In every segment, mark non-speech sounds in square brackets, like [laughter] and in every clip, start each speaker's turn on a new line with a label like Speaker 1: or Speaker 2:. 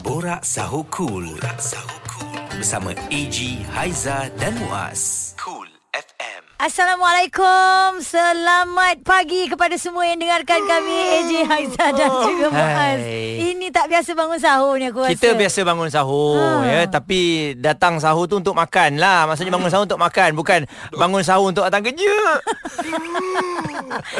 Speaker 1: Borak Sahur Cool. Borak Sahur Cool. Bersama AG, Haiza dan Muaz. Cool FM.
Speaker 2: Assalamualaikum. Selamat pagi kepada semua yang dengarkan kami AJ
Speaker 3: Oh.
Speaker 2: Haiza dan juga Muaz.
Speaker 4: Hai.
Speaker 2: Ini tak biasa bangun sahur ni aku
Speaker 4: Kita
Speaker 2: rasa.
Speaker 4: biasa bangun sahur
Speaker 2: Ha.
Speaker 4: ha. ya tapi datang sahur tu untuk makan lah. Maksudnya bangun sahur untuk makan bukan bangun sahur untuk datang kerja.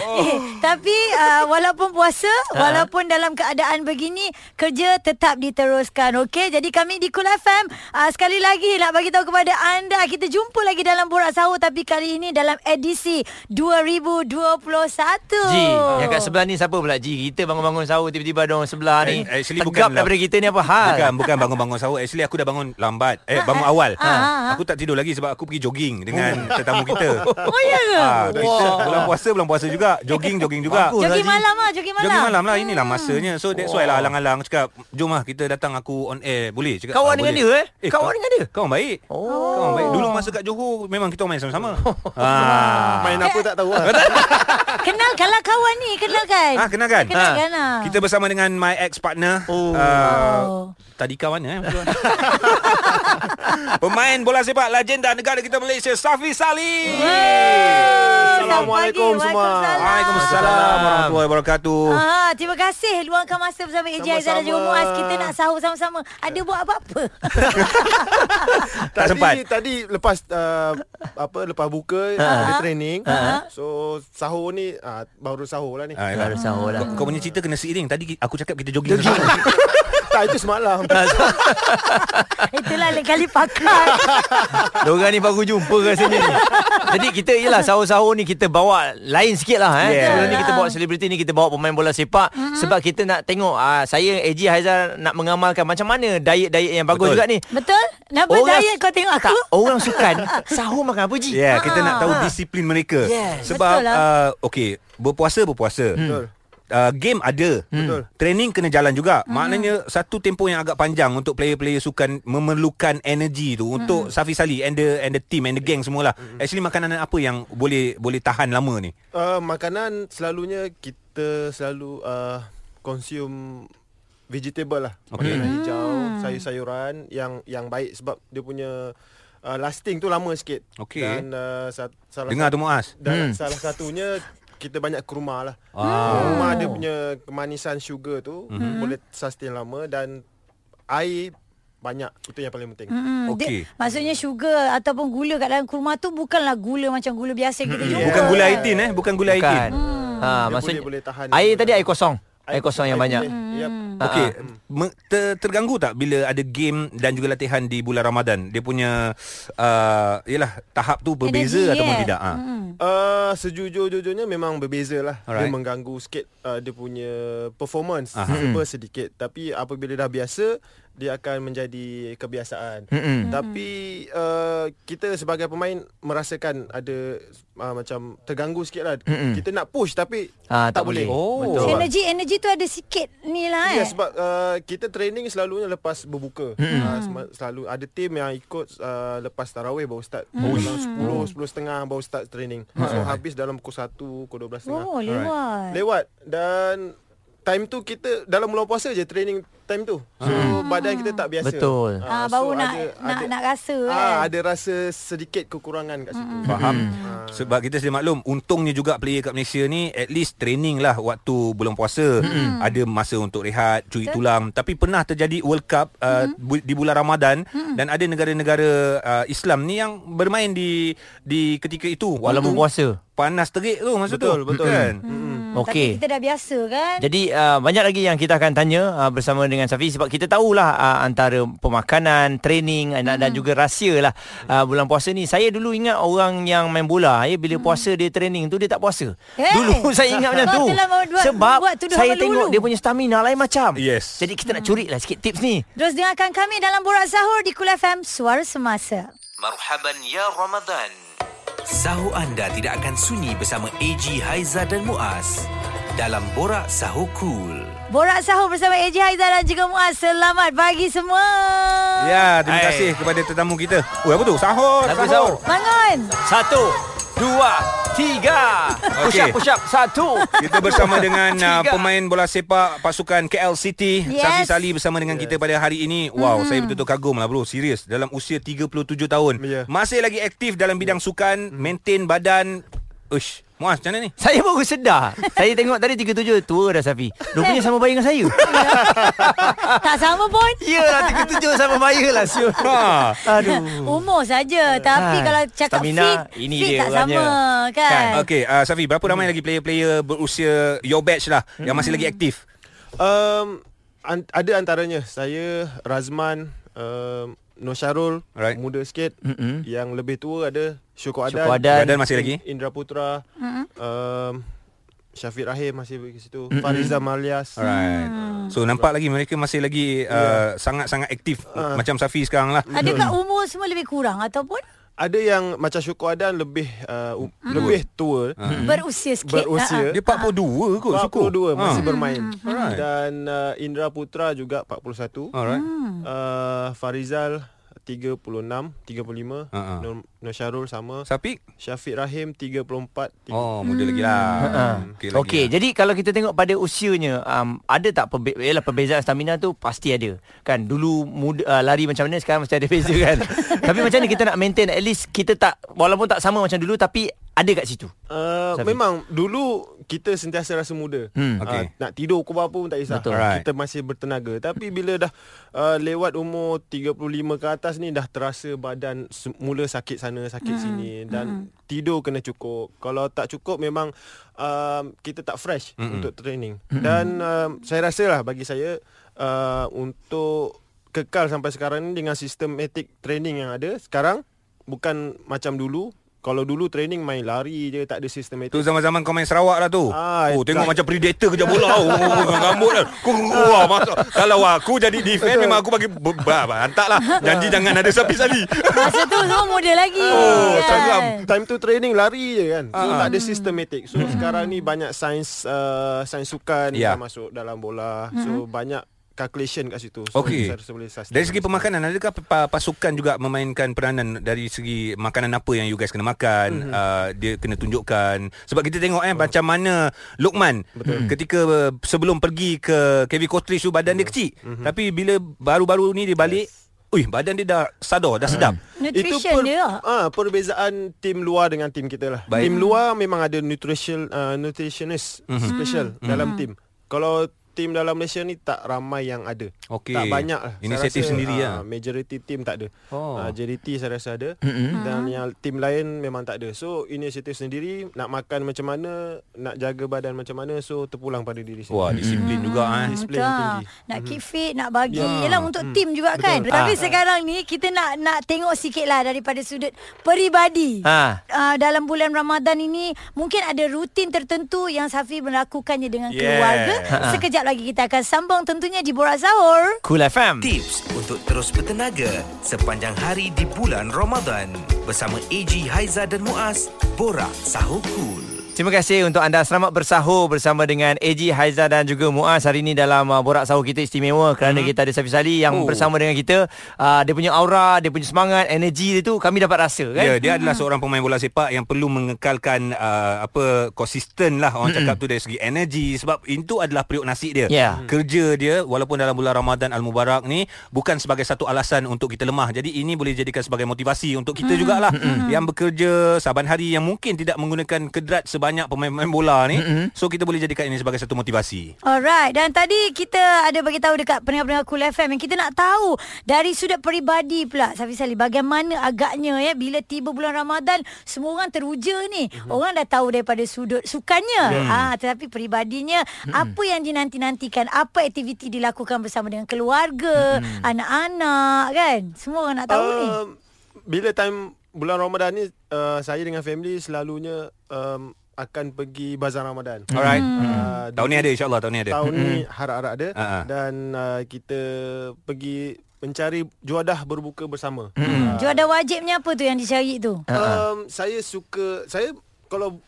Speaker 4: Oh.
Speaker 2: Eh, tapi uh, walaupun puasa,
Speaker 4: Ha.
Speaker 2: walaupun dalam keadaan begini, kerja tetap diteruskan. Okey, jadi kami di Cool FM uh, sekali lagi nak bagi tahu kepada anda kita jumpa lagi dalam Borak Sahur tapi kali ini dalam edisi 2021.
Speaker 4: Ji, yang kat sebelah ni siapa pula Ji? Kita bangun-bangun sahur tiba-tiba ada orang sebelah ni.
Speaker 3: Eh, actually
Speaker 4: Tegap
Speaker 3: bukan lah.
Speaker 4: daripada kita ni apa hal?
Speaker 3: Bukan, bukan bangun-bangun sahur. Actually aku dah bangun lambat. Eh, bangun awal.
Speaker 2: ah, ah.
Speaker 3: Aku tak tidur lagi sebab aku pergi jogging dengan tetamu
Speaker 4: [laughs]
Speaker 3: kita.
Speaker 2: Oh ya ke?
Speaker 3: Ah, kita bulan puasa, bulan puasa juga. Jogging, jogging juga.
Speaker 4: Bagus.
Speaker 2: Jogi
Speaker 4: Haji.
Speaker 2: malam ah, jogi malam.
Speaker 3: Jogging malam lah Inilah
Speaker 4: Hmm.
Speaker 3: masanya So that's why lah Alang-alang cakap Jom lah kita datang Aku on air Boleh cakap
Speaker 4: Kawan
Speaker 3: "Ah,
Speaker 4: dengan
Speaker 3: boleh."
Speaker 4: dia, eh? Kawan
Speaker 3: ka-
Speaker 4: dengan dia?
Speaker 3: Kawan baik
Speaker 4: Oh.
Speaker 3: Kawan baik Dulu masa kat Johor Memang kita main
Speaker 4: [laughs]
Speaker 3: sama-sama ah.
Speaker 5: Main apa tak tahu lah
Speaker 2: Kenal kalau kawan ni kenal kan?
Speaker 3: Ah, kenal kan?
Speaker 2: Kenal
Speaker 4: Ah.
Speaker 2: kan ah.
Speaker 3: Kita bersama dengan my ex partner.
Speaker 4: Oh.
Speaker 3: Uh, Tadika mana eh? [laughs] Pemain bola sepak legenda negara kita Malaysia Safi Salim.
Speaker 5: Assalamualaikum semua.
Speaker 3: Waalaikumsalam warahmatullahi wabarakatuh.
Speaker 2: Ah, terima kasih luangkan masa bersama AJ Aizan dan juga
Speaker 5: Sama-sama.
Speaker 2: Muaz. Kita nak sahur sama-sama. Ada buat
Speaker 5: [laughs]
Speaker 2: apa-apa?
Speaker 3: Tak sempat. Ha.
Speaker 5: Tadi lepas uh, apa lepas buka ada training. So sahur ni ah, baru sahur lah ni.
Speaker 3: Ah,
Speaker 4: Baru sahur lah.
Speaker 3: Kau punya cerita kena seiring. Tadi aku cakap kita jogging.
Speaker 5: tak itu
Speaker 3: [laughs]
Speaker 5: semalam.
Speaker 3: Ha.
Speaker 2: Itulah lain kali pakai.
Speaker 4: Diorang ni baru jumpa rasanya ni. Jadi kita ialah sahur-sahur ni kita bawa lain sikit lah eh.
Speaker 3: Yeah.
Speaker 4: Yeah. Sebelum ni kita bawa selebriti ni kita bawa pemain bola sepak mm-hmm. sebab kita nak tengok ah saya AJ Haizal nak mengamalkan macam mana diet-diet yang bagus
Speaker 3: Betul.
Speaker 4: juga ni.
Speaker 2: Betul?
Speaker 3: Oh,
Speaker 2: Kenapa
Speaker 4: Orang-
Speaker 2: diet kau tengok aku?
Speaker 4: Tak, orang sukan sahur makan apa Ji?
Speaker 3: Ya, yeah, kita
Speaker 2: Ah.
Speaker 3: nak tahu disiplin mereka.
Speaker 4: Yes.
Speaker 3: Sebab
Speaker 2: Betul lah.
Speaker 3: uh, okey, berpuasa berpuasa.
Speaker 5: Betul.
Speaker 3: Uh, game ada
Speaker 2: Hmm.
Speaker 5: Betul.
Speaker 3: Training kena jalan juga Maknanya Satu tempoh yang agak panjang Untuk player-player sukan Memerlukan
Speaker 2: Hmm.
Speaker 3: energi tu Untuk Safi Sali And the and the team And the gang semualah Actually makanan apa yang Boleh boleh tahan lama ni
Speaker 5: Uh, makanan selalunya kita selalu uh, consume vegetable lah.
Speaker 3: Okey. Hmm.
Speaker 5: Makanan hijau, sayur-sayuran yang yang baik sebab dia punya uh, lasting tu lama sikit.
Speaker 3: Okey.
Speaker 5: Dan uh, sa- salah
Speaker 3: Dengar tu Muaz
Speaker 5: Dan hmm. salah satunya kita banyak ke rumah lah.
Speaker 3: Ah.
Speaker 5: Rumah dia punya kemanisan sugar tu
Speaker 4: Hmm.
Speaker 5: mm-hmm. boleh sustain lama dan air banyak itu yang paling penting. Mm-hmm.
Speaker 2: Hmm,
Speaker 3: Okey.
Speaker 2: dia, maksudnya sugar ataupun gula kat dalam kurma tu bukanlah gula macam gula biasa kita jumpa.
Speaker 3: Bukan gula 18 eh Bukan gula 18
Speaker 4: Bukan. Ha,
Speaker 5: Dia
Speaker 4: maksudnya
Speaker 5: boleh- boleh tahan.
Speaker 4: air tadi air kosong. Air, kosong yang banyak.
Speaker 5: Yep.
Speaker 3: Okey, me- ter- terganggu tak bila ada game dan juga latihan di bulan Ramadan? Dia punya uh, yalah tahap tu
Speaker 2: Energy,
Speaker 3: berbeza ataupun
Speaker 2: eh?
Speaker 3: tidak? Ha.
Speaker 5: Uh, sejujur-jujurnya memang berbeza lah Alright. Dia
Speaker 3: Alright.
Speaker 5: mengganggu sikit uh, Dia punya performance Aha.
Speaker 4: Hmm.
Speaker 5: Super sedikit Tapi apabila dah biasa Dia akan menjadi kebiasaan
Speaker 4: Mm-mm.
Speaker 5: Tapi uh, Kita sebagai pemain Merasakan ada uh, Macam terganggu sikit lah
Speaker 4: Mm-mm.
Speaker 5: Kita nak push tapi
Speaker 4: Ah,
Speaker 5: Tak
Speaker 4: tak
Speaker 5: boleh,
Speaker 4: boleh.
Speaker 3: Oh.
Speaker 5: Betul.
Speaker 2: Energi energi tu ada sikit ni lah eh.
Speaker 5: Ya sebab uh, kita training selalunya lepas berbuka.
Speaker 2: Hmm.
Speaker 5: Mm. Uh, sem- selalu ada tim yang ikut uh, lepas tarawih baru start.
Speaker 2: Hmm.
Speaker 5: Mm. Dalam 10 10.30 baru start training. So habis dalam pukul 1, pukul 12.30.
Speaker 2: oh, lewat.
Speaker 5: Lewat dan time tu kita dalam bulan puasa je training time tu. So badan kita tak biasa.
Speaker 4: Betul.
Speaker 2: Hmm. Ah, baru nak, nak nak rasa kan. Hmm.
Speaker 5: ah, ada rasa sedikit kekurangan kat situ. Ah.
Speaker 3: Faham? Sebab kita sedia maklum, untungnya juga player kat Malaysia ni at least training lah waktu bulan puasa. Ada masa untuk rehat, curi tulang. Tapi pernah terjadi World Cup uh, bu- di bulan Ramadan dan ada negara-negara uh, Islam ni yang bermain di di ketika itu.
Speaker 5: Hmm.
Speaker 4: Walau
Speaker 3: Waktu
Speaker 4: berpuasa.
Speaker 3: Panas terik tu masa
Speaker 5: Betul,
Speaker 3: tu.
Speaker 5: betul.
Speaker 3: Kan?
Speaker 2: Hmm, Tapi
Speaker 4: Okey.
Speaker 2: kita dah biasa kan.
Speaker 4: Jadi uh, banyak lagi yang kita akan tanya uh, bersama dengan Safi sebab kita tahulah uh, antara pemakanan, training hmm. dan juga rahsia lah uh, bulan puasa ni. Saya dulu ingat orang yang main bola ya bila puasa dia training tu dia tak puasa.
Speaker 2: Eh.
Speaker 4: Dulu [laughs] saya ingat macam
Speaker 2: Kau
Speaker 4: tu.
Speaker 2: telah membuat-
Speaker 4: sebab
Speaker 2: membuat tuduhan
Speaker 4: saya
Speaker 2: melulu.
Speaker 4: tengok dia punya stamina lain macam.
Speaker 3: Yes.
Speaker 4: Jadi kita nak curi lah sikit tips ni.
Speaker 2: Terus dengarkan kami dalam Borak Sahur di Kul FM Suara Semasa.
Speaker 1: Marhaban ya Ramadan. Sahur anda tidak akan sunyi bersama AG, Haiza dan Muaz. Dalam Borak Sahur Cool.
Speaker 2: Borak Sahur bersama AJ Haizal dan juga Muaz. Selamat pagi semua.
Speaker 3: Ya,
Speaker 4: Hai.
Speaker 3: terima kasih kepada tetamu kita. Oh, apa tu? Sahur,
Speaker 4: Lagu sahur.
Speaker 2: Bangun.
Speaker 4: Satu, dua, Tiga Push up
Speaker 3: Okey.
Speaker 4: push up Satu
Speaker 3: Kita bersama dengan uh,
Speaker 4: Tiga.
Speaker 3: pemain bola sepak pasukan KL City
Speaker 2: Yes.
Speaker 3: Safi Sali bersama dengan kita pada hari ini. Wow, saya betul-betul kagum lah bro, serius. Dalam usia 37 tahun,
Speaker 5: Ya. Mm.
Speaker 3: masih lagi aktif dalam bidang sukan, maintain badan. Ush, Muaz macam mana ni?
Speaker 4: Saya baru sedar Saya tengok tadi 37 Tua dah Safi Rupanya sama bayi dengan saya
Speaker 2: Tak sama pun
Speaker 4: Yelah 37 sama bayi lah siul.
Speaker 3: Ha.
Speaker 4: Aduh
Speaker 2: Umur saja Tapi
Speaker 4: Hmm. Ah,
Speaker 2: kalau cakap
Speaker 4: stamina,
Speaker 2: fit
Speaker 4: ini
Speaker 2: Fit
Speaker 4: dia
Speaker 2: tak
Speaker 4: orangnya.
Speaker 2: sama
Speaker 4: Kan,
Speaker 2: Kan
Speaker 3: Okay, uh, Safi, berapa
Speaker 5: Mm.
Speaker 3: ramai lagi player-player berusia your batch lah yang masih lagi aktif?
Speaker 5: Um, an- ada antaranya saya Razman, um, Nur Syarul,
Speaker 3: Alright.
Speaker 5: muda sikit.
Speaker 4: Mm-mm.
Speaker 5: Yang lebih tua ada Syukur Adan.
Speaker 4: Syukur Adan.
Speaker 3: Badan masih lagi?
Speaker 5: Indra Putra. Um, Syafiq Rahim masih pergi situ. Fariza Malias.
Speaker 3: Alright. So nampak lagi mereka masih lagi uh, sangat-sangat aktif
Speaker 5: Ya. Ah.
Speaker 3: macam Safi sekarang lah.
Speaker 2: Adakah umur semua lebih kurang Ataupun
Speaker 5: Ada yang macam Syukur Adan lebih uh, u- lebih tua.
Speaker 2: berusia sikit Ha,
Speaker 5: Berusia.
Speaker 3: Dia 42 kot Ah. Syukur.
Speaker 5: 42 masih
Speaker 3: Ah.
Speaker 5: bermain.
Speaker 3: Alright.
Speaker 5: Dan uh, Indra Putra juga 41.
Speaker 3: Ah, Alright.
Speaker 5: Uh, Farizal 36, 35.
Speaker 3: Ah, ah.
Speaker 5: Nur, Nur Syarul sama.
Speaker 3: Sapi?
Speaker 5: Syafiq Rahim 34.
Speaker 3: Oh, muda lagi lah.
Speaker 4: Okey,
Speaker 3: lagi
Speaker 4: okay,
Speaker 3: lah.
Speaker 4: jadi kalau kita tengok pada usianya um, ada tak perbe- yalah, perbezaan stamina tu pasti ada. Kan dulu muda, uh, lari macam mana sekarang mesti ada beza
Speaker 3: [laughs]
Speaker 4: kan. tapi macam mana kita nak maintain at least kita tak walaupun tak sama macam dulu tapi ada kat situ.
Speaker 5: Uh,
Speaker 4: Oh, Syafiq.
Speaker 5: memang dulu kita sentiasa rasa muda.
Speaker 4: Hmm,
Speaker 3: okey.
Speaker 5: Uh, nak tidur ke apa pun tak kisah.
Speaker 4: Betul.
Speaker 3: Alright.
Speaker 5: Kita masih bertenaga. Tapi bila dah uh, lewat umur 35 ke atas ni dah terasa badan se- mula sakit sana, sakit hmm. sini dan hmm. tidur kena cukup. Kalau tak cukup memang uh, kita tak fresh hmm. untuk training. Hmm. Dan uh, saya rasalah bagi saya uh, untuk kekal sampai sekarang ni dengan sistematik training yang ada sekarang bukan macam dulu kalau dulu training main lari je tak ada sistematik
Speaker 3: Tu zaman-zaman kau main Sarawak lah tu.
Speaker 5: Ah,
Speaker 3: oh,
Speaker 5: tak-
Speaker 3: tengok macam predator kejar bola. Oh, dengan rambut lah. Kau wah, masuk. Kalau aku jadi defend memang aku bagi be- ba- ba- hantar lah. Janji jangan ada sapi sali.
Speaker 2: ha. Masa tu semua muda lagi kan?
Speaker 3: Oh, seram.
Speaker 5: Time tu training lari je kan
Speaker 3: Ah.
Speaker 5: So tak ada systematic So sekarang ni banyak sains uh, Sains sukan
Speaker 3: Ya.
Speaker 5: yeah. Masuk dalam bola So banyak calculation kat situ So
Speaker 3: Okey.
Speaker 5: saya rasa boleh sustain.
Speaker 3: Dari segi pemakanan adakah pa- pasukan juga memainkan peranan dari segi makanan apa yang you guys kena makan mm-hmm. uh, dia kena tunjukkan sebab kita tengok eh macam mana Lukman Betul. ketika uh, sebelum pergi ke KV Cottage tu badan dia kecil mm-hmm. tapi bila baru-baru ni dia balik yes. Uih, badan dia dah sadar, dah sedap.
Speaker 2: Nutrition dia
Speaker 5: ah, Perbezaan tim luar dengan tim kita lah
Speaker 3: Baik.
Speaker 5: Tim luar memang ada nutrition, uh, nutritionist
Speaker 3: Mhm.
Speaker 5: Special dalam tim Kalau tim dalam Malaysia ni tak ramai yang ada
Speaker 3: Okey.
Speaker 5: Tak banyak lah Saya
Speaker 3: Inisiatif
Speaker 5: rasa,
Speaker 3: sendiri
Speaker 5: ah,
Speaker 3: lah.
Speaker 5: Majority tim tak ada
Speaker 3: Oh.
Speaker 5: oh. uh, JDT saya rasa ada
Speaker 2: Mhm.
Speaker 5: mm-hmm. Dan yang tim lain memang tak ada So inisiatif sendiri Nak makan macam mana Nak jaga badan macam mana So terpulang pada diri sendiri
Speaker 3: Wah, disiplin juga eh.
Speaker 5: Disiplin
Speaker 2: Betul.
Speaker 5: tinggi.
Speaker 2: Ah,
Speaker 5: Mhm.
Speaker 2: Nak keep fit, nak bagi.
Speaker 5: Ya. Ah.
Speaker 2: Yalah untuk tim juga kan. Tapi sekarang ni kita nak nak tengok sikit lah daripada sudut peribadi.
Speaker 4: Ha.
Speaker 2: Uh, dalam bulan Ramadan ini mungkin ada rutin tertentu yang Safi melakukannya dengan
Speaker 3: Yeah.
Speaker 2: keluarga.
Speaker 5: Ha.
Speaker 2: Sekejap lagi kita akan sambung tentunya di Borak Sahur.
Speaker 4: Cool FM.
Speaker 1: Tips untuk terus bertenaga sepanjang hari di bulan Ramadan bersama AG Haiza dan Muaz, Borak Sahur Cool.
Speaker 4: Terima kasih untuk anda selamat bersahur bersama dengan AG Haiza dan juga Muaz hari ini dalam uh, borak sahur kita istimewa kerana hmm. kita ada Safi Sali yang oh.
Speaker 3: Oh.
Speaker 4: bersama dengan kita uh, dia punya aura, dia punya semangat, energi dia tu kami dapat rasa kan.
Speaker 3: Ya, dia adalah seorang pemain bola sepak yang perlu mengekalkan uh, apa konsisten lah orang cakap tu dari segi energi sebab itu adalah periuk nasi dia.
Speaker 4: Hmm. Ya.
Speaker 3: Mm.
Speaker 5: Hmm.
Speaker 3: Kerja dia walaupun dalam bulan Ramadan Al-Mubarak ni bukan sebagai satu alasan untuk kita lemah. Jadi ini boleh jadikan sebagai motivasi untuk
Speaker 4: Hmm.
Speaker 3: kita jugalah yang bekerja saban hari yang mungkin tidak menggunakan kedrat sebanyak pemain-pemain bola ni.
Speaker 4: Hmm.
Speaker 3: So kita boleh jadikan ini sebagai satu motivasi.
Speaker 2: Alright, dan tadi kita ada bagi tahu dekat pendengar-pendengar Cool FM yang kita nak tahu dari sudut peribadi pula Safi Salih bagaimana agaknya ya bila tiba bulan Ramadan semua orang teruja ni. Mm-hmm. Orang dah tahu daripada sudut sukannya. Ah tetapi peribadinya mm-hmm. apa yang dinanti-nantikan, apa aktiviti dilakukan bersama dengan keluarga, mm-hmm. anak-anak kan. Semua orang nak tahu uh, ni.
Speaker 5: Um, Bila time bulan Ramadan ni uh, Saya dengan family selalunya um, Akan pergi bazar Ramadan
Speaker 3: Hmm. Alright.
Speaker 5: uh,
Speaker 3: Tahun ni ada insya-Allah tahun ni ada.
Speaker 5: Tahun ni harap-harap ada
Speaker 3: Ha, ha.
Speaker 5: Dan uh, kita pergi mencari juadah berbuka bersama
Speaker 3: Hmm.
Speaker 2: Uh, Juadah wajibnya apa tu yang dicari tu?
Speaker 3: Ha,
Speaker 5: Um, saya suka saya kalau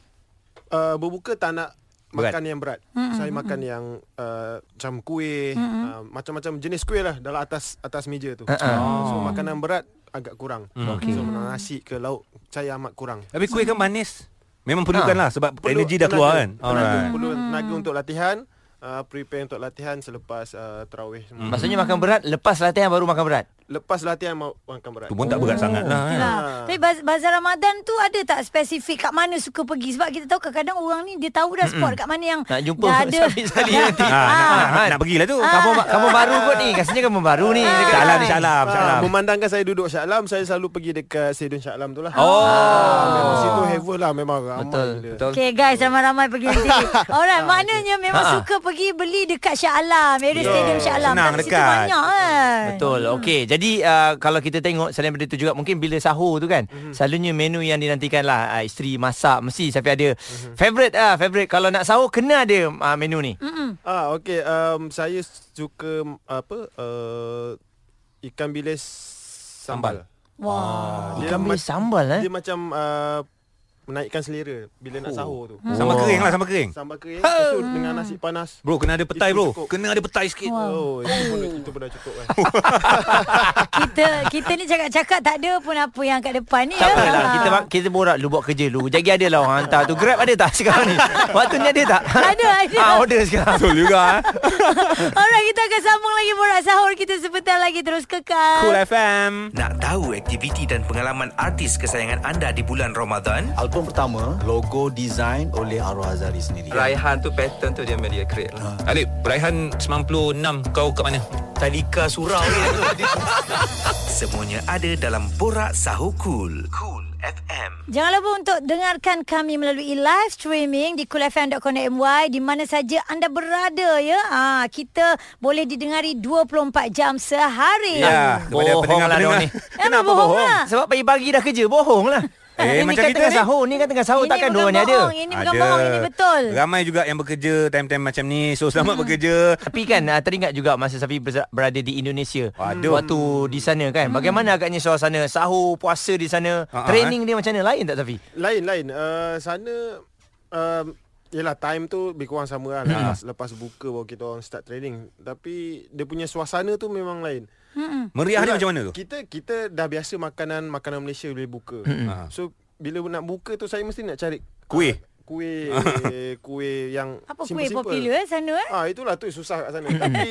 Speaker 5: uh, berbuka tak nak
Speaker 3: Berat.
Speaker 5: makan yang berat. Mm-hmm. Saya makan yang uh, macam kuih, mm-hmm. uh, macam-macam jenis kuih lah dalam atas atas meja
Speaker 3: Ha,
Speaker 5: tu. Uh-uh. So
Speaker 3: Mm.
Speaker 5: makanan berat agak kurang. Okay. So nasi ke lauk saya amat kurang.
Speaker 3: Tapi kuih kan manis. Memang perlukanlah ha. sebab
Speaker 5: Ah. Perlu
Speaker 3: energi dah
Speaker 5: tenaga.
Speaker 3: keluar kan.
Speaker 5: Tenaga.
Speaker 3: Alright.
Speaker 5: Perlu tenaga untuk latihan uh, Prepare untuk latihan Selepas uh, terawih semua.
Speaker 3: Mm-hmm.
Speaker 4: Maksudnya makan berat Lepas latihan baru makan berat
Speaker 5: Lepas latihan mau makan berat
Speaker 3: Tu pun tak berat sangat lah. kan.
Speaker 2: Yalah. Tapi baz- bazar Ramadan tu ada tak spesifik kat mana suka pergi sebab kita tahu kadang-kadang orang ni dia tahu dah spot kat mana yang
Speaker 4: Nak jumpa [laughs]
Speaker 2: dah ada. Ah.
Speaker 4: Sabi Sali
Speaker 2: [laughs]
Speaker 4: nanti
Speaker 3: Ha,
Speaker 5: Ah.
Speaker 3: nak, nak, nak, nak pergilah tu.
Speaker 4: Kamu kamu baru kot ni Kasihnya kamu baru ni Dia kata,
Speaker 3: Salam,
Speaker 4: "Hai."
Speaker 3: salam, salam.
Speaker 5: Ah, memandangkan saya duduk Shah Alam Saya selalu pergi dekat Stadium Shah Alam tu lah
Speaker 4: Oh.
Speaker 5: Ah, Memang situ heaven lah Memang ramai
Speaker 4: Betul
Speaker 5: gila.
Speaker 4: Betul
Speaker 2: Okay guys ramai-ramai pergi
Speaker 4: [laughs]
Speaker 2: nanti
Speaker 3: Ah,
Speaker 2: Alright maknanya memang
Speaker 4: Ha.
Speaker 2: suka pergi beli dekat Shah Alam Area
Speaker 3: Betul.
Speaker 2: Stadium Shah Alam
Speaker 3: Senang
Speaker 2: Kat situ
Speaker 3: dekat.
Speaker 2: banyak kan
Speaker 4: Betul. Okey. Jadi uh, kalau kita tengok selain daripada itu juga mungkin bila sahur tu kan,
Speaker 2: Mhm.
Speaker 4: mm-hmm. selalunya menu yang dinantikan lah uh, isteri masak mesti Safi ada
Speaker 2: Mhm.
Speaker 4: mm-hmm. favorite ah uh, favorite kalau nak sahur kena ada uh, menu ni.
Speaker 2: Mm-mm.
Speaker 5: Ah okey um, saya suka mm, apa uh, ikan bilis sambal. Ah,
Speaker 2: Wah
Speaker 5: Dia
Speaker 4: Ikan
Speaker 5: ma-
Speaker 4: bilis sambal eh.
Speaker 5: Dia macam uh, menaikkan selera bila
Speaker 4: Oh.
Speaker 5: nak sahur tu.
Speaker 4: Hmm.
Speaker 5: Oh.
Speaker 3: Sambal kering lah, sambal kering.
Speaker 5: Sambal kering lepas tu dengan nasi panas.
Speaker 3: Bro, kena ada petai
Speaker 5: Itu
Speaker 3: bro.
Speaker 5: cukup.
Speaker 3: Kena ada petai sikit.
Speaker 5: Oh, itu pun, itu pun dah cukup kan.
Speaker 2: Kita kita ni cakap-cakap tak ada pun apa yang kat depan ni
Speaker 4: Tak
Speaker 2: ya.
Speaker 4: apalah kita ma- kita borak lu buat kerja lu. Jadi ada lah orang hantar tu. Grab ada tak [laughs] sekarang ni? Waktu ni ada tak?
Speaker 2: Ada, ada.
Speaker 4: [laughs] Ah order sekarang.
Speaker 3: Betul juga. eh.
Speaker 2: Alright kita akan sambung lagi Borak sahur kita sebentar lagi Terus kekal
Speaker 3: Cool FM.
Speaker 1: Nak tahu aktiviti dan pengalaman artis kesayangan anda di bulan Ramadan?
Speaker 6: Album pertama logo design oleh Arwah Azali sendiri.
Speaker 7: Raihan tu pattern tu dia dia create lah.
Speaker 3: Ah. Alip, Raihan 96 kau kat mana?
Speaker 6: Tadika surau ni.
Speaker 1: Semuanya ada dalam Borak Sahur Cool. Cool FM.
Speaker 2: Jangan lupa untuk dengarkan kami melalui live streaming di coolfm.com.my di mana saja anda berada ya. Ah kita boleh didengari 24 jam sehari.
Speaker 3: Ya, kepada
Speaker 4: Bohong lah dia
Speaker 3: pendengar-pendengar.
Speaker 4: ni.
Speaker 2: Kenapa bohong? lah?
Speaker 4: Sebab pagi-pagi dah kerja bohong lah. ini
Speaker 3: Eh, macam
Speaker 4: kan
Speaker 3: kita
Speaker 4: tengah
Speaker 3: ni.
Speaker 4: sahur, ni kan tengah sahur
Speaker 2: Ini
Speaker 4: takkan
Speaker 2: bukan
Speaker 4: dua ni ada.
Speaker 2: bohong, Ini bukan bohong, ini betul.
Speaker 3: Ramai juga yang bekerja time-time macam ni. So
Speaker 5: Hmm.
Speaker 3: selamat bekerja.
Speaker 4: Tapi kan ah, teringat juga masa Safi berza- berada di Indonesia
Speaker 3: Aduh.
Speaker 4: Waktu di sana kan Bagaimana agaknya suasana sahur, puasa di sana
Speaker 3: Ha, ha,
Speaker 4: Training dia macam mana? Lain tak Safi?
Speaker 5: Lain lain uh, sana um, Yelah time tu lebih kurang sama lah
Speaker 3: Hmm.
Speaker 5: lepas, lepas buka baru kita orang start training Tapi dia punya suasana tu memang lain
Speaker 3: Meriah dia
Speaker 5: Yelah,
Speaker 3: macam mana tu?
Speaker 5: Kita kita dah biasa makanan makanan Malaysia bila buka.
Speaker 3: Ah.
Speaker 5: So bila nak buka tu saya mesti nak cari
Speaker 3: Kuih.
Speaker 5: ah,
Speaker 3: [laughs]
Speaker 5: kuih kuih yang
Speaker 2: Apa kuih
Speaker 5: simple-simple.
Speaker 2: popular sana eh?
Speaker 5: Ah itulah tu susah kat sana.
Speaker 3: Hmm.
Speaker 5: Tapi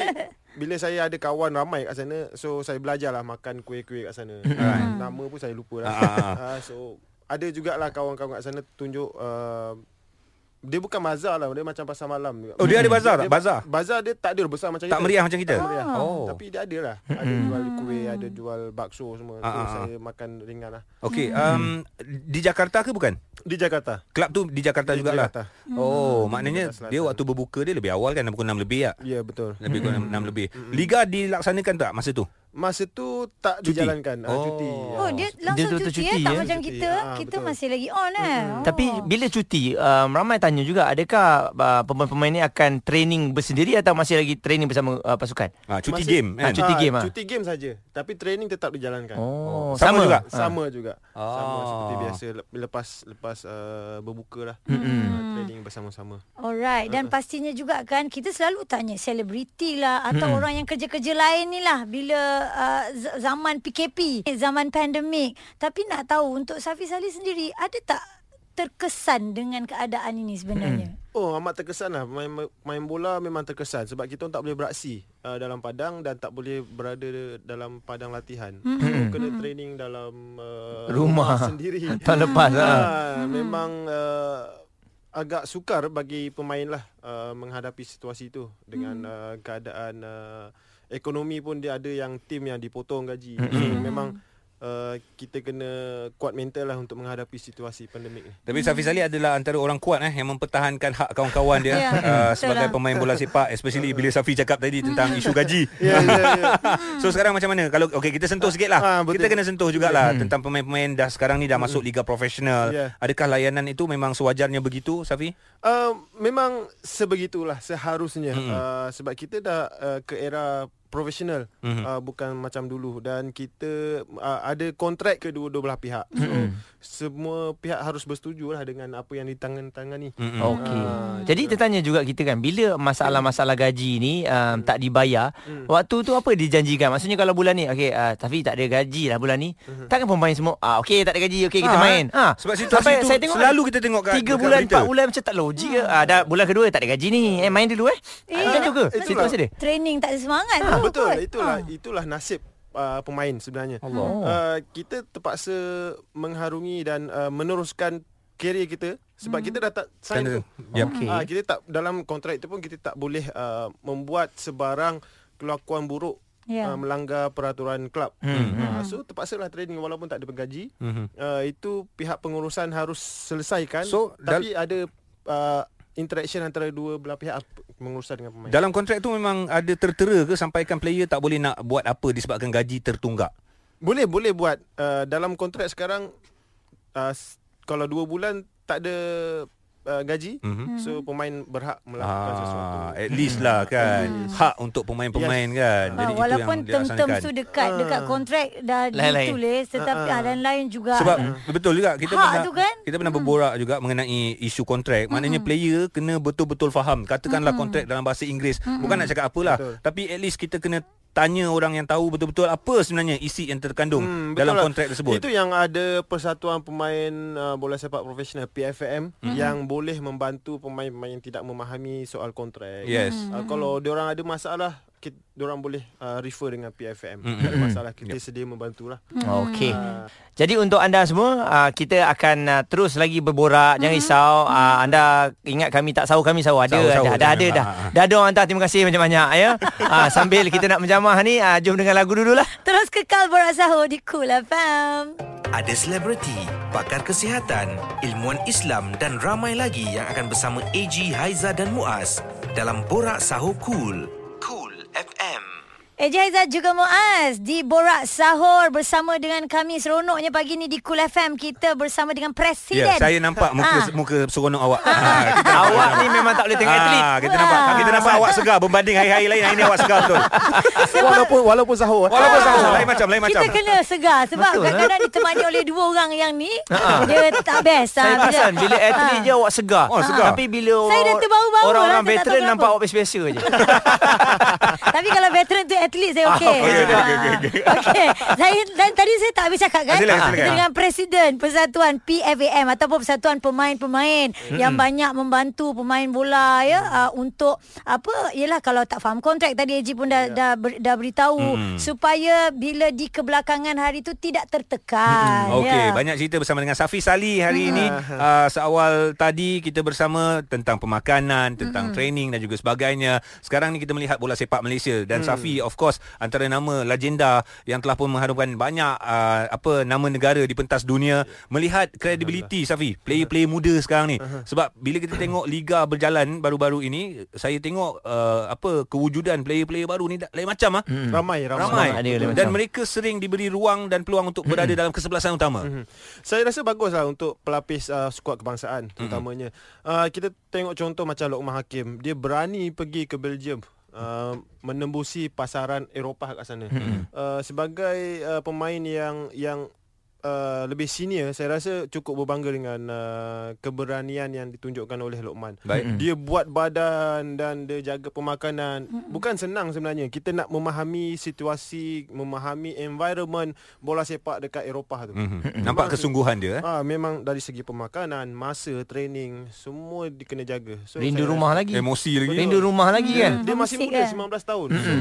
Speaker 5: bila saya ada kawan ramai kat sana, so saya belajarlah makan kuih-kuih kat sana. Ah, nama pun saya lupa lah.
Speaker 3: Hmm. Ah, ah, ah.
Speaker 5: Ah, so ada jugalah kawan-kawan kat sana tunjuk uh, dia bukan bazar lah Dia macam pasar malam juga.
Speaker 3: Oh, dia ada bazar tak? Bazar?
Speaker 5: Bazar dia tak ada besar macam
Speaker 3: Tak
Speaker 5: kita.
Speaker 3: meriah macam kita?
Speaker 5: Tak meriah.
Speaker 3: Oh.
Speaker 5: Tapi dia ada lah Ada jual kuih Ada jual bakso semua So
Speaker 3: Ah, ah, ah.
Speaker 5: saya makan ringan lah
Speaker 3: Okey, um, di Jakarta ke bukan?
Speaker 5: Di Jakarta
Speaker 3: Kelab tu di Jakarta
Speaker 5: Di
Speaker 3: jugalah.
Speaker 5: Jakarta. Hmm.
Speaker 3: Oh, maknanya
Speaker 5: Jakarta Selatan.
Speaker 3: dia waktu berbuka dia lebih awal kan pukul 6 lebih ya.
Speaker 5: Ya betul
Speaker 3: Lebih kurang 6 lebih.
Speaker 5: Hmm.
Speaker 3: Liga dilaksanakan tak masa tu?
Speaker 5: Masa tu tak
Speaker 3: Cuti.
Speaker 5: dijalankan ah, Cuti
Speaker 2: Oh dia
Speaker 4: Dia
Speaker 2: langsung
Speaker 4: tu- tu
Speaker 2: cuti, eh?
Speaker 4: cuti,
Speaker 2: Tak
Speaker 4: eh?
Speaker 2: macam
Speaker 5: Cuti,
Speaker 2: kita.
Speaker 5: ah,
Speaker 2: kita
Speaker 5: betul.
Speaker 2: masih lagi on eh. Oh.
Speaker 4: Tapi bila cuti um, Ramai tanya juga Adakah uh, pemain-pemain ni akan training bersendiri Atau masih lagi training bersama uh, pasukan?
Speaker 3: Ha, cuti
Speaker 5: Masa-
Speaker 3: game
Speaker 4: Ah,
Speaker 3: kan.
Speaker 4: cuti game, ah?
Speaker 5: Cuti game saja Tapi training tetap dijalankan
Speaker 4: Oh,
Speaker 3: Sama juga?
Speaker 5: Sama juga
Speaker 3: Ah.
Speaker 5: Sama seperti biasa Lep- Lepas lepas uh, berbuka lah Ah, Training bersama-sama
Speaker 2: Alright dan pastinya juga kan kita selalu tanya selebriti lah atau hmm. orang yang kerja-kerja lain ni lah bila uh, z- zaman PKP, eh, zaman pandemik. Tapi nak tahu untuk Safi Salih sendiri ada tak terkesan dengan keadaan ini sebenarnya?
Speaker 5: Oh amat terkesan lah main, main bola memang terkesan Sebab kita orang tak boleh beraksi uh, Dalam padang Dan tak boleh berada dalam padang latihan mm-hmm. Kena training dalam uh,
Speaker 4: Rumah. [laughs]
Speaker 5: Sendiri
Speaker 4: Tahun lepas
Speaker 5: Ah,
Speaker 4: ah.
Speaker 5: Memang uh, agak sukar bagi pemain lah uh, menghadapi situasi itu dengan
Speaker 4: Mm-hmm.
Speaker 5: uh, keadaan uh, ekonomi pun dia ada yang tim yang dipotong gaji.
Speaker 4: Mm-hmm.
Speaker 5: So memang uh, kita kena kuat mental lah untuk menghadapi situasi pandemik ni.
Speaker 3: Tapi Safi Salih adalah antara orang kuat eh yang mempertahankan hak kawan-kawan dia
Speaker 2: Ya,
Speaker 3: uh,
Speaker 2: betul
Speaker 3: sebagai
Speaker 2: lah. Hmm.
Speaker 3: pemain bola sepak especially bila Safi cakap tadi tentang isu
Speaker 2: [laughs]
Speaker 3: gaji.
Speaker 5: Ya ya ya.
Speaker 3: [laughs] So sekarang macam mana? Kalau okey kita sentuh sikit lah.
Speaker 2: Ha,
Speaker 5: Ah, betul.
Speaker 3: kita kena sentuh
Speaker 2: Hmm.
Speaker 3: jugalah tentang pemain-pemain dah sekarang ni dah masuk liga profesional.
Speaker 5: Ya.
Speaker 3: Adakah layanan itu memang sewajarnya begitu Safi?
Speaker 5: Eh, Uh, memang sebegitulah seharusnya mm-hmm. uh, sebab kita dah uh, ke era profesional mm-hmm. uh, bukan macam dulu dan kita uh, ada kontrak kedua-dua belah pihak. So mm-hmm. semua pihak harus bersetuju lah dengan apa yang ditangani-tangani. Mm-hmm.
Speaker 3: Hmm.
Speaker 4: Okey.
Speaker 3: Ah,
Speaker 4: Jadi tertanya juga kita kan bila masalah-masalah
Speaker 3: Hmm.
Speaker 4: gaji ni um, tak dibayar, waktu tu apa dijanjikan? Maksudnya kalau bulan ni okey uh, Tafi tak ada gaji lah bulan ni. Takkan pemain semua ah okey tak ada gaji okey kita
Speaker 3: Hmm. Ah,
Speaker 4: main.
Speaker 3: eh. Sebab situasi tu selalu kita tengok
Speaker 4: 3
Speaker 3: kat- dekat
Speaker 4: bulan
Speaker 3: berita.
Speaker 4: 4 bulan macam tak logik ke. Ah dah bulan kedua tak ada gaji ni. Eh main dulu eh.
Speaker 2: Eh,
Speaker 3: Ah,
Speaker 4: Macam tu ke?
Speaker 5: itulah.
Speaker 4: Situasi dia.
Speaker 2: Training tak ada semangat tu
Speaker 5: Ah, betul.
Speaker 2: kot.
Speaker 5: Itulah
Speaker 2: Ah.
Speaker 5: itulah nasib uh, pemain sebenarnya.
Speaker 4: Allah.
Speaker 5: Uh, kita terpaksa mengharungi dan uh, meneruskan karier kita sebab hmm. kita dah tak sign
Speaker 3: Tanda-
Speaker 5: tu.
Speaker 3: Yep.
Speaker 4: Okey.
Speaker 5: Ah, kita tak dalam kontrak itu pun kita tak boleh uh, membuat sebarang kelakuan buruk
Speaker 2: Ya.
Speaker 5: uh, melanggar peraturan klub. Hmm. Uh, so terpaksalah training walaupun tak ada gaji. Hmm. Uh, itu pihak pengurusan harus selesaikan
Speaker 3: So, dal-
Speaker 5: tapi ada uh, interaction antara dua belah pihak ap- pengurusan dengan pemain.
Speaker 3: Dalam kontrak tu memang ada tertera ke sampaikan player tak boleh nak buat apa disebabkan gaji tertunggak.
Speaker 5: Boleh boleh buat uh, dalam kontrak sekarang uh, s- kalau dua bulan tak ada uh, gaji mm-hmm. so pemain berhak melakukan ah, sesuatu.
Speaker 3: Ah, at least lah kan. Hak untuk pemain-pemain yes. kan.
Speaker 2: Ah,
Speaker 3: Jadi
Speaker 2: walaupun
Speaker 3: itu yang
Speaker 2: term-term tu
Speaker 3: dilaksanakan.
Speaker 2: dekat dekat kontrak dah
Speaker 4: Lain-lain.
Speaker 2: ditulis tetapi ah, dan lain juga
Speaker 3: Sebab
Speaker 5: Hmm.
Speaker 3: betul juga kita
Speaker 2: Hak
Speaker 3: pernah
Speaker 2: tu kan? Hmm.
Speaker 3: kita pernah berborak juga mengenai isu kontrak. Maknanya player kena betul-betul faham. Katakanlah kontrak dalam bahasa Inggeris.
Speaker 2: Hmm.
Speaker 3: Bukan nak cakap apalah,
Speaker 5: Betul.
Speaker 3: tapi at least kita kena tanya orang yang tahu betul-betul apa sebenarnya isi yang terkandung
Speaker 5: Hmm, betul
Speaker 3: dalam
Speaker 5: lah.
Speaker 3: kontrak tersebut.
Speaker 5: Itu yang ada Persatuan Pemain uh, Bola Sepak Profesional PFM
Speaker 3: Mhm.
Speaker 5: mm-hmm. yang boleh membantu pemain-pemain yang tidak memahami soal kontrak.
Speaker 3: Yes.
Speaker 5: Uh, kalau diorang ada masalah kita diorang boleh uh, refer dengan PFM. Mm-hmm. Tak
Speaker 3: Mhm.
Speaker 5: ada masalah kita yep. sedia membantulah.
Speaker 2: Hmm.
Speaker 4: Okey. Jadi untuk anda semua ah, kita akan ah, terus lagi berborak jangan
Speaker 2: Hmm.
Speaker 4: risau Ah, anda ingat kami tak sahu kami sahu ada
Speaker 3: Sahu, sahu,
Speaker 4: ada dah ada
Speaker 3: jangan.
Speaker 4: dah.
Speaker 3: Ah, ah.
Speaker 4: Dah ada orang hantar terima kasih banyak-banyak
Speaker 2: [laughs]
Speaker 4: ya. Ah, sambil kita nak menjamah ni ah, jom dengan lagu dululah.
Speaker 2: terus kekal borak sahur di Cool FM.
Speaker 1: Ada selebriti, pakar kesihatan, ilmuwan Islam dan ramai lagi yang akan bersama AG, Haiza dan Muaz dalam Borak Sahur Cool. Cool FM.
Speaker 2: Eja Aizat juga Muaz di Borak Sahur bersama dengan kami seronoknya pagi ni di Cool FM kita bersama dengan
Speaker 3: Ya,
Speaker 2: Presiden.
Speaker 3: saya nampak muka
Speaker 2: Ah.
Speaker 3: muka seronok
Speaker 2: [laughs]
Speaker 3: awak. Ah, kita nampak.
Speaker 4: Awak ni memang tak boleh
Speaker 3: Ah,
Speaker 4: tengok atlet.
Speaker 3: Kita nampak. Kita
Speaker 2: Ah.
Speaker 3: nampak awak segar berbanding hari-hari lain. Hari ni awak segar
Speaker 2: [laughs]
Speaker 3: betul.
Speaker 5: Walaupun walaupun sahur.
Speaker 3: Walaupun sama lain macam lain macam.
Speaker 2: Kita kena segar sebab
Speaker 4: Betul, eh?
Speaker 2: kadang-kadang ditemani oleh dua orang yang ni dia tak best
Speaker 4: Saya
Speaker 2: ah, bila-
Speaker 4: perasan bila atlet je awak segar.
Speaker 3: Oh, segar.
Speaker 4: Tapi bila
Speaker 2: Saya dah terbau-bau
Speaker 4: orang-orang
Speaker 2: lah, tak tahu
Speaker 4: veteran
Speaker 2: kenapa.
Speaker 4: nampak awak biasa-biasa
Speaker 2: [laughs]
Speaker 4: je.
Speaker 2: Tapi kalau veteran tu atlet saya okey.
Speaker 3: okey, okey,
Speaker 2: Ah. Okey. Saya dan tadi saya tak habis cakap kan.
Speaker 3: Silakan,
Speaker 2: Ah.
Speaker 3: silakan.
Speaker 2: Dengan presiden Persatuan PFAM ataupun Persatuan Pemain-pemain yang banyak membantu pemain bola ya ah, untuk apa ialah kalau tak faham kontrak tadi Eji pun dah dah, ber, dah beritahu supaya bila di kebelakangan hari tu tidak tertekan.
Speaker 3: Okey,
Speaker 2: ya.
Speaker 3: banyak cerita bersama dengan Safi Sali hari ini. Uh, seawal tadi kita bersama tentang pemakanan, tentang training dan juga sebagainya. Sekarang ni kita melihat bola sepak Malaysia dan Safi of course antara nama legenda yang telah pun mengharumkan banyak uh, apa nama negara di pentas dunia. Melihat credibility Safi, player-player muda sekarang ni. Sebab bila kita tengok liga berjalan baru-baru ini, saya tengok uh, apa kewujudan player-player baru ni dah- lain macam ah.
Speaker 5: Ramai ramai.
Speaker 3: Ramai.
Speaker 4: Ada lain
Speaker 3: Dan
Speaker 4: macam.
Speaker 3: mereka sering diberi ruang dan peluang untuk berada dalam kesebelasan utama.
Speaker 5: Hmm. Mhm.
Speaker 3: Hmm.
Speaker 5: Saya rasa baguslah untuk pelapis uh, skuad kebangsaan
Speaker 3: Mhm.
Speaker 5: terutamanya. Uh, kita tengok contoh macam Lokman Hakim, dia berani pergi ke Belgium. Uh, menembusi pasaran Eropah kat sana.
Speaker 3: Mhm.
Speaker 5: Uh, sebagai uh, pemain yang yang uh, lebih senior, saya rasa cukup berbangga dengan uh, keberanian yang ditunjukkan oleh Lokman.
Speaker 3: Baik.
Speaker 5: Dia buat badan dan dia jaga pemakanan. Bukan senang sebenarnya. Kita nak memahami situasi, memahami environment bola sepak dekat Eropah tu.
Speaker 3: Mhm. Nampak kesungguhan dia eh?
Speaker 5: Ah memang dari segi pemakanan, masa, training, semua di- kena jaga. So
Speaker 4: Rindu
Speaker 5: saya-
Speaker 4: rumah lagi.
Speaker 3: Emosi lagi. Hmm.
Speaker 4: Rindu rumah lagi kan.
Speaker 5: Dia masih
Speaker 2: Homesick kan?
Speaker 5: muda 19 tahun. So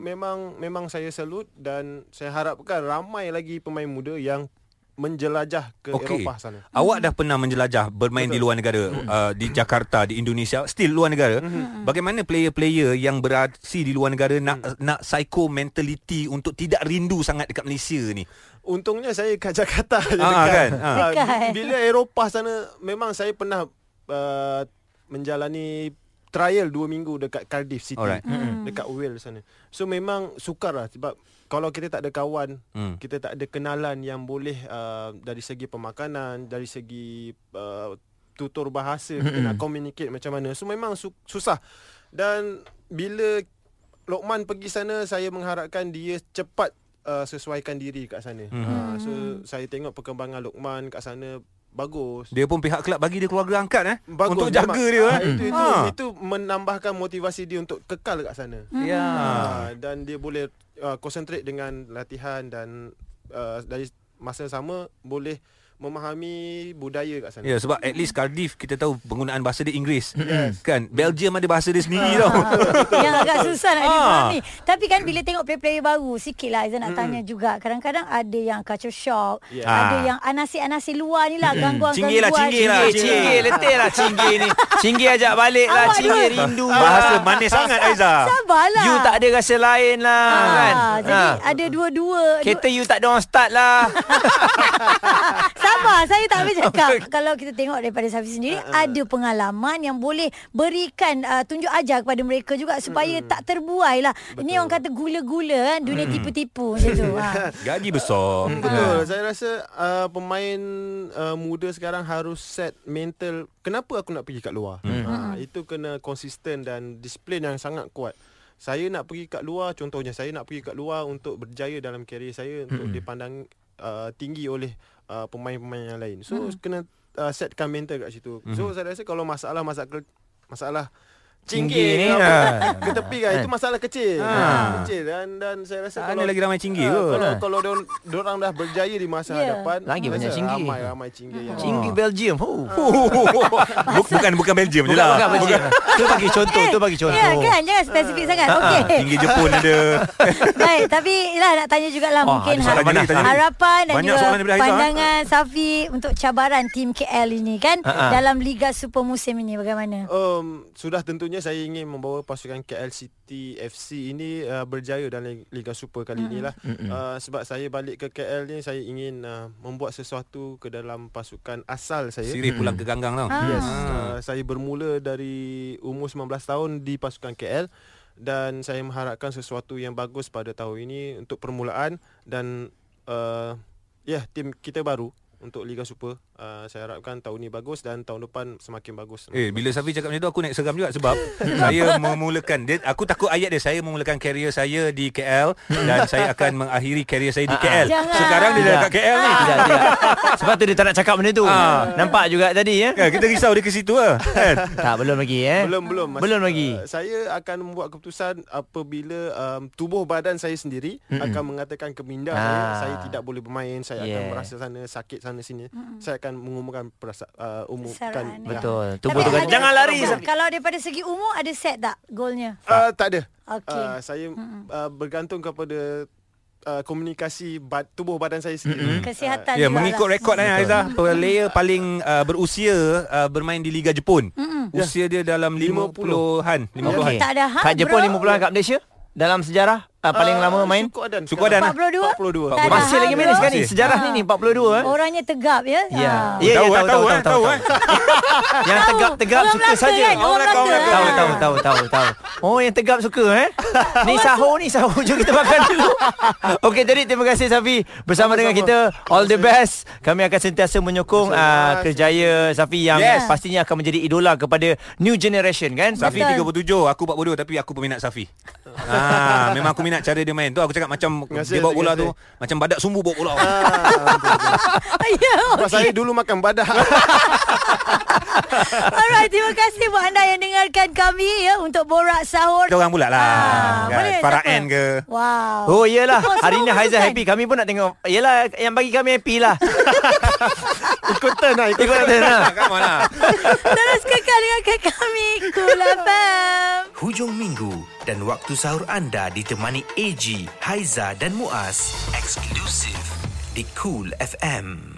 Speaker 5: memang memang saya salut dan saya harapkan ramai lagi pemain muda yang menjelajah ke
Speaker 3: Okey.
Speaker 5: Eropah sana.
Speaker 3: Awak dah pernah menjelajah bermain di luar negara uh, di Jakarta, di Indonesia, still luar negara. Bagaimana player-player yang beraksi di luar negara nak nak psycho mentality untuk tidak rindu sangat dekat Malaysia ni?
Speaker 5: Untungnya saya kat Jakarta je
Speaker 3: Ah,
Speaker 5: dekat.
Speaker 3: kan? Ah.
Speaker 5: Ah, bi-
Speaker 2: Dekat.
Speaker 5: Bila Eropah sana memang saya pernah uh, menjalani trial 2 minggu dekat Cardiff City.
Speaker 3: Alright.
Speaker 5: Dekat Wales sana. So memang sukar lah sebab kalau kita tak ada kawan,
Speaker 3: Hmm.
Speaker 5: kita tak ada kenalan yang boleh uh, dari segi pemakanan, dari segi uh, tutur bahasa kita nak communicate macam mana. So memang su- susah. Dan bila Lokman pergi sana saya mengharapkan dia cepat uh, sesuaikan diri kat sana. Hmm.
Speaker 3: Mm-hmm.
Speaker 5: Uh, so saya tengok perkembangan Lokman kat sana bagus.
Speaker 3: Dia pun pihak kelab bagi dia keluarga angkat eh
Speaker 5: Bagus
Speaker 3: untuk jaga
Speaker 5: memang.
Speaker 3: dia
Speaker 5: Ah,
Speaker 3: eh.
Speaker 5: Itu, itu,
Speaker 3: Ha.
Speaker 5: ha. itu menambahkan motivasi dia untuk kekal kat sana.
Speaker 2: Hmm.
Speaker 4: Ya.
Speaker 5: Ah, dan dia boleh uh, concentrate dengan latihan dan uh, dari masa sama boleh memahami budaya kat sana.
Speaker 3: Ya sebab at least Cardiff kita tahu penggunaan bahasa dia Inggeris yes. kan Belgium ada bahasa dia sendiri tau
Speaker 2: Yang agak susah nak
Speaker 3: Ah.
Speaker 2: difahami Tapi kan bila tengok player-player baru Sikit lah Aizan nak tanya juga Kadang-kadang ada yang culture shock
Speaker 5: Yeah.
Speaker 2: Ada
Speaker 3: Ah.
Speaker 2: yang anasi-anasi luar ni lah Gangguan-gangguan
Speaker 3: Cinggir lah, cinggir lah,
Speaker 4: Cinggir, cinggir, letih lah cinggir ni. Cinggir ajak balik lah,
Speaker 2: Awak Ah.
Speaker 4: cinggir
Speaker 2: dua.
Speaker 4: rindu.
Speaker 3: Bahasa manis sangat Aiza
Speaker 2: Sabarlah
Speaker 4: You tak ada rasa lain
Speaker 2: lah.
Speaker 4: lah
Speaker 2: Ah,
Speaker 4: kan.
Speaker 2: Jadi
Speaker 4: Ha.
Speaker 2: ada dua-dua dua- Ah,
Speaker 4: Kereta you tak ada orang start
Speaker 2: [laughs]
Speaker 4: lah.
Speaker 2: Sabar Saya tak boleh cakap Kalau kita tengok daripada Safi sendiri Ada pengalaman Yang boleh berikan uh, Tunjuk ajar kepada mereka juga Supaya tak terbuai lah Ini orang kata gula-gula kan Dunia tipu-tipu macam tu ha.
Speaker 3: Gaji besar [laughs]
Speaker 5: Betul. Saya rasa uh, pemain uh, muda sekarang harus set mental kenapa aku nak pergi kat luar. Hmm. Ha, itu kena konsisten dan disiplin yang sangat kuat. Saya nak pergi kat luar contohnya saya nak pergi kat luar untuk berjaya dalam karier saya untuk hmm. dipandang uh, tinggi oleh uh, pemain-pemain yang lain. So hmm. kena uh, setkan mental kat situ. Hmm. So saya rasa kalau masalah masalah masalah
Speaker 4: Cinggir ni,
Speaker 5: ke apa,
Speaker 4: ah.
Speaker 5: ke tepi kan itu masalah kecil.
Speaker 3: Ah.
Speaker 5: Kecil dan dan saya rasa
Speaker 3: Mana lagi ramai cinggir
Speaker 5: Ah,
Speaker 3: kot.
Speaker 5: Kalau kalau diorang, diorang dah berjaya di
Speaker 2: Ya.
Speaker 5: masa yeah. hadapan
Speaker 4: Lagi
Speaker 5: rasa
Speaker 4: banyak cinggir.
Speaker 5: Ramai-ramai cinggir yang
Speaker 4: Cinggir Belgium.
Speaker 2: Ah.
Speaker 4: Oh.
Speaker 3: Buk- bukan bukan Belgium je
Speaker 4: Bukan,
Speaker 3: lah
Speaker 4: bukan Belgium. Tu bagi contoh, tu bagi contoh.
Speaker 2: Ya kan Jangan spesifik sangat Okey
Speaker 3: Ah, Tinggi Jepun ada
Speaker 2: Baik Tapi lah nak tanya jugalah
Speaker 4: Ah,
Speaker 2: Mungkin
Speaker 4: ada
Speaker 3: soalan
Speaker 2: har-
Speaker 3: banyak, tanya.
Speaker 2: harapan Dan
Speaker 3: Banyak soalan
Speaker 2: juga
Speaker 3: daripada Aizah, eh?
Speaker 2: pandangan Safi Untuk cabaran tim KL ini kan
Speaker 3: Ha,
Speaker 4: Ah, ah.
Speaker 2: Dalam Liga Super Musim ini Bagaimana
Speaker 5: um, sudah tentunya saya ingin membawa pasukan KL City FC ini uh, berjaya dalam Liga Super kali ini lah uh, sebab saya balik ke KL ni saya ingin uh, membuat sesuatu ke dalam pasukan asal saya
Speaker 3: Siri Eh, pulang ke ganggang tau
Speaker 4: Ah.
Speaker 5: Yes. Uh, saya bermula dari umur 19 tahun di pasukan KL dan saya mengharapkan sesuatu yang bagus pada tahun ini untuk permulaan dan uh, ya yeah, tim kita baru untuk Liga Super. Uh, saya harapkan tahun ini bagus dan tahun depan semakin bagus.
Speaker 3: Eh bila Safi cakap macam tu aku naik seram juga sebab saya memulakan dia aku takut ayat dia saya memulakan karier saya di KL dan saya akan mengakhiri karier saya di KL.
Speaker 2: Jangan.
Speaker 3: Sekarang dia dah kat
Speaker 2: Ah.
Speaker 3: KL ni.
Speaker 4: Tidak, tidak. Sebab tu dia tak nak cakap benda tu.
Speaker 3: Ah.
Speaker 4: Nampak juga tadi ya.
Speaker 3: Kan, kita risau dia ke situ lah kan.
Speaker 4: Tak, belum lagi eh.
Speaker 5: Belum belum Mas-
Speaker 4: Belum lagi.
Speaker 5: Uh, saya akan membuat keputusan apabila um, tubuh badan saya sendiri mm akan mengatakan keminda saya
Speaker 4: Ah.
Speaker 5: saya tidak boleh bermain, saya yeah. akan
Speaker 4: Yeah.
Speaker 5: merasa sana sakit sana sini. mm Saya akan mengumumkan perasa,
Speaker 2: Saran,
Speaker 5: uh, umumkan
Speaker 2: ya.
Speaker 4: Betul. Tu
Speaker 2: Tapi
Speaker 4: betul kan.
Speaker 2: ada-
Speaker 4: Jangan lari.
Speaker 2: Kalau daripada segi umur Ada set tak golnya
Speaker 5: Uh, tak ada.
Speaker 2: Okey.
Speaker 5: Uh, saya uh, bergantung kepada uh, komunikasi bad, tubuh badan saya
Speaker 2: Hmm.
Speaker 5: sendiri.
Speaker 2: Kesihatan
Speaker 3: Ya,
Speaker 2: juga
Speaker 3: mengikut
Speaker 2: lah.
Speaker 3: rekod eh Aizah, player paling uh, berusia uh, bermain di Liga Jepun. Usia dia dalam 50-an, 50-an.
Speaker 4: Okey.
Speaker 2: Tak ada hang,
Speaker 4: Kat Jepun
Speaker 2: bro.
Speaker 4: 50-an kat Malaysia dalam sejarah ah, paling
Speaker 5: Uh,
Speaker 4: lama main.
Speaker 5: Suku Adan.
Speaker 3: Suku Adan.
Speaker 2: 42?
Speaker 5: 42.
Speaker 2: Tak ada
Speaker 4: Masih
Speaker 2: hang, bro.
Speaker 4: lagi main
Speaker 2: Ah.
Speaker 4: sekarang ni sejarah ni ni 42 eh.
Speaker 2: Orangnya tegap ya
Speaker 4: Ya.
Speaker 2: Ah.
Speaker 4: Ya,
Speaker 3: Tahu,
Speaker 4: ya,
Speaker 3: eh, tahu, eh, tahu, eh.
Speaker 4: Yang tegap-tegap
Speaker 2: Orang
Speaker 4: suka
Speaker 2: Melaka
Speaker 4: saja.
Speaker 2: kan? Orang
Speaker 4: Tahu,
Speaker 2: Melaka.
Speaker 4: tahu, tahu, tahu, tahu, tahu. Oh, yang tegap suka
Speaker 2: [laughs]
Speaker 4: eh. Ni sahur ni sahur jom kita makan dulu. Okey, jadi terima kasih Safi bersama dengan kita. All the best. Kami akan sentiasa menyokong ah, kerjaya Safi yang
Speaker 3: Yes.
Speaker 4: pastinya akan menjadi idola kepada new generation kan.
Speaker 3: Safi
Speaker 2: Betul.
Speaker 3: 37 Aku buat bodoh Tapi aku peminat Safi ah, Memang aku minat cara dia main Tu aku cakap macam Dia
Speaker 5: Terima kasih,
Speaker 3: bawa bola tu
Speaker 5: terima
Speaker 3: Macam badak sumbu bawa bola
Speaker 2: Ya [laughs]
Speaker 5: Sebab saya dulu makan badak.
Speaker 2: Alright Terima kasih buat anda yang dengarkan kami ya Untuk borak sahur
Speaker 3: Kita orang pula lah
Speaker 2: Ah,
Speaker 3: kan?
Speaker 2: boleh,
Speaker 3: Farah
Speaker 2: siapa?
Speaker 3: Ann ke
Speaker 2: Wow
Speaker 4: Oh iyalah
Speaker 2: Semua-
Speaker 4: Hari ni
Speaker 2: semua kan?
Speaker 4: Haizan
Speaker 2: pasukan.
Speaker 4: happy Kami pun nak tengok Yelah yang bagi kami happy
Speaker 2: [laughs]
Speaker 4: lah
Speaker 5: Ikutan
Speaker 4: [laughs]
Speaker 5: lah. Ikutan.
Speaker 4: Ikut lah
Speaker 3: Ah, [laughs] Come on lah
Speaker 2: Terus kekal dengarkan kami Cool FM
Speaker 1: Hujung minggu dan waktu sahur anda ditemani AG, Haiza dan Muaz. Eksklusif di Cool FM.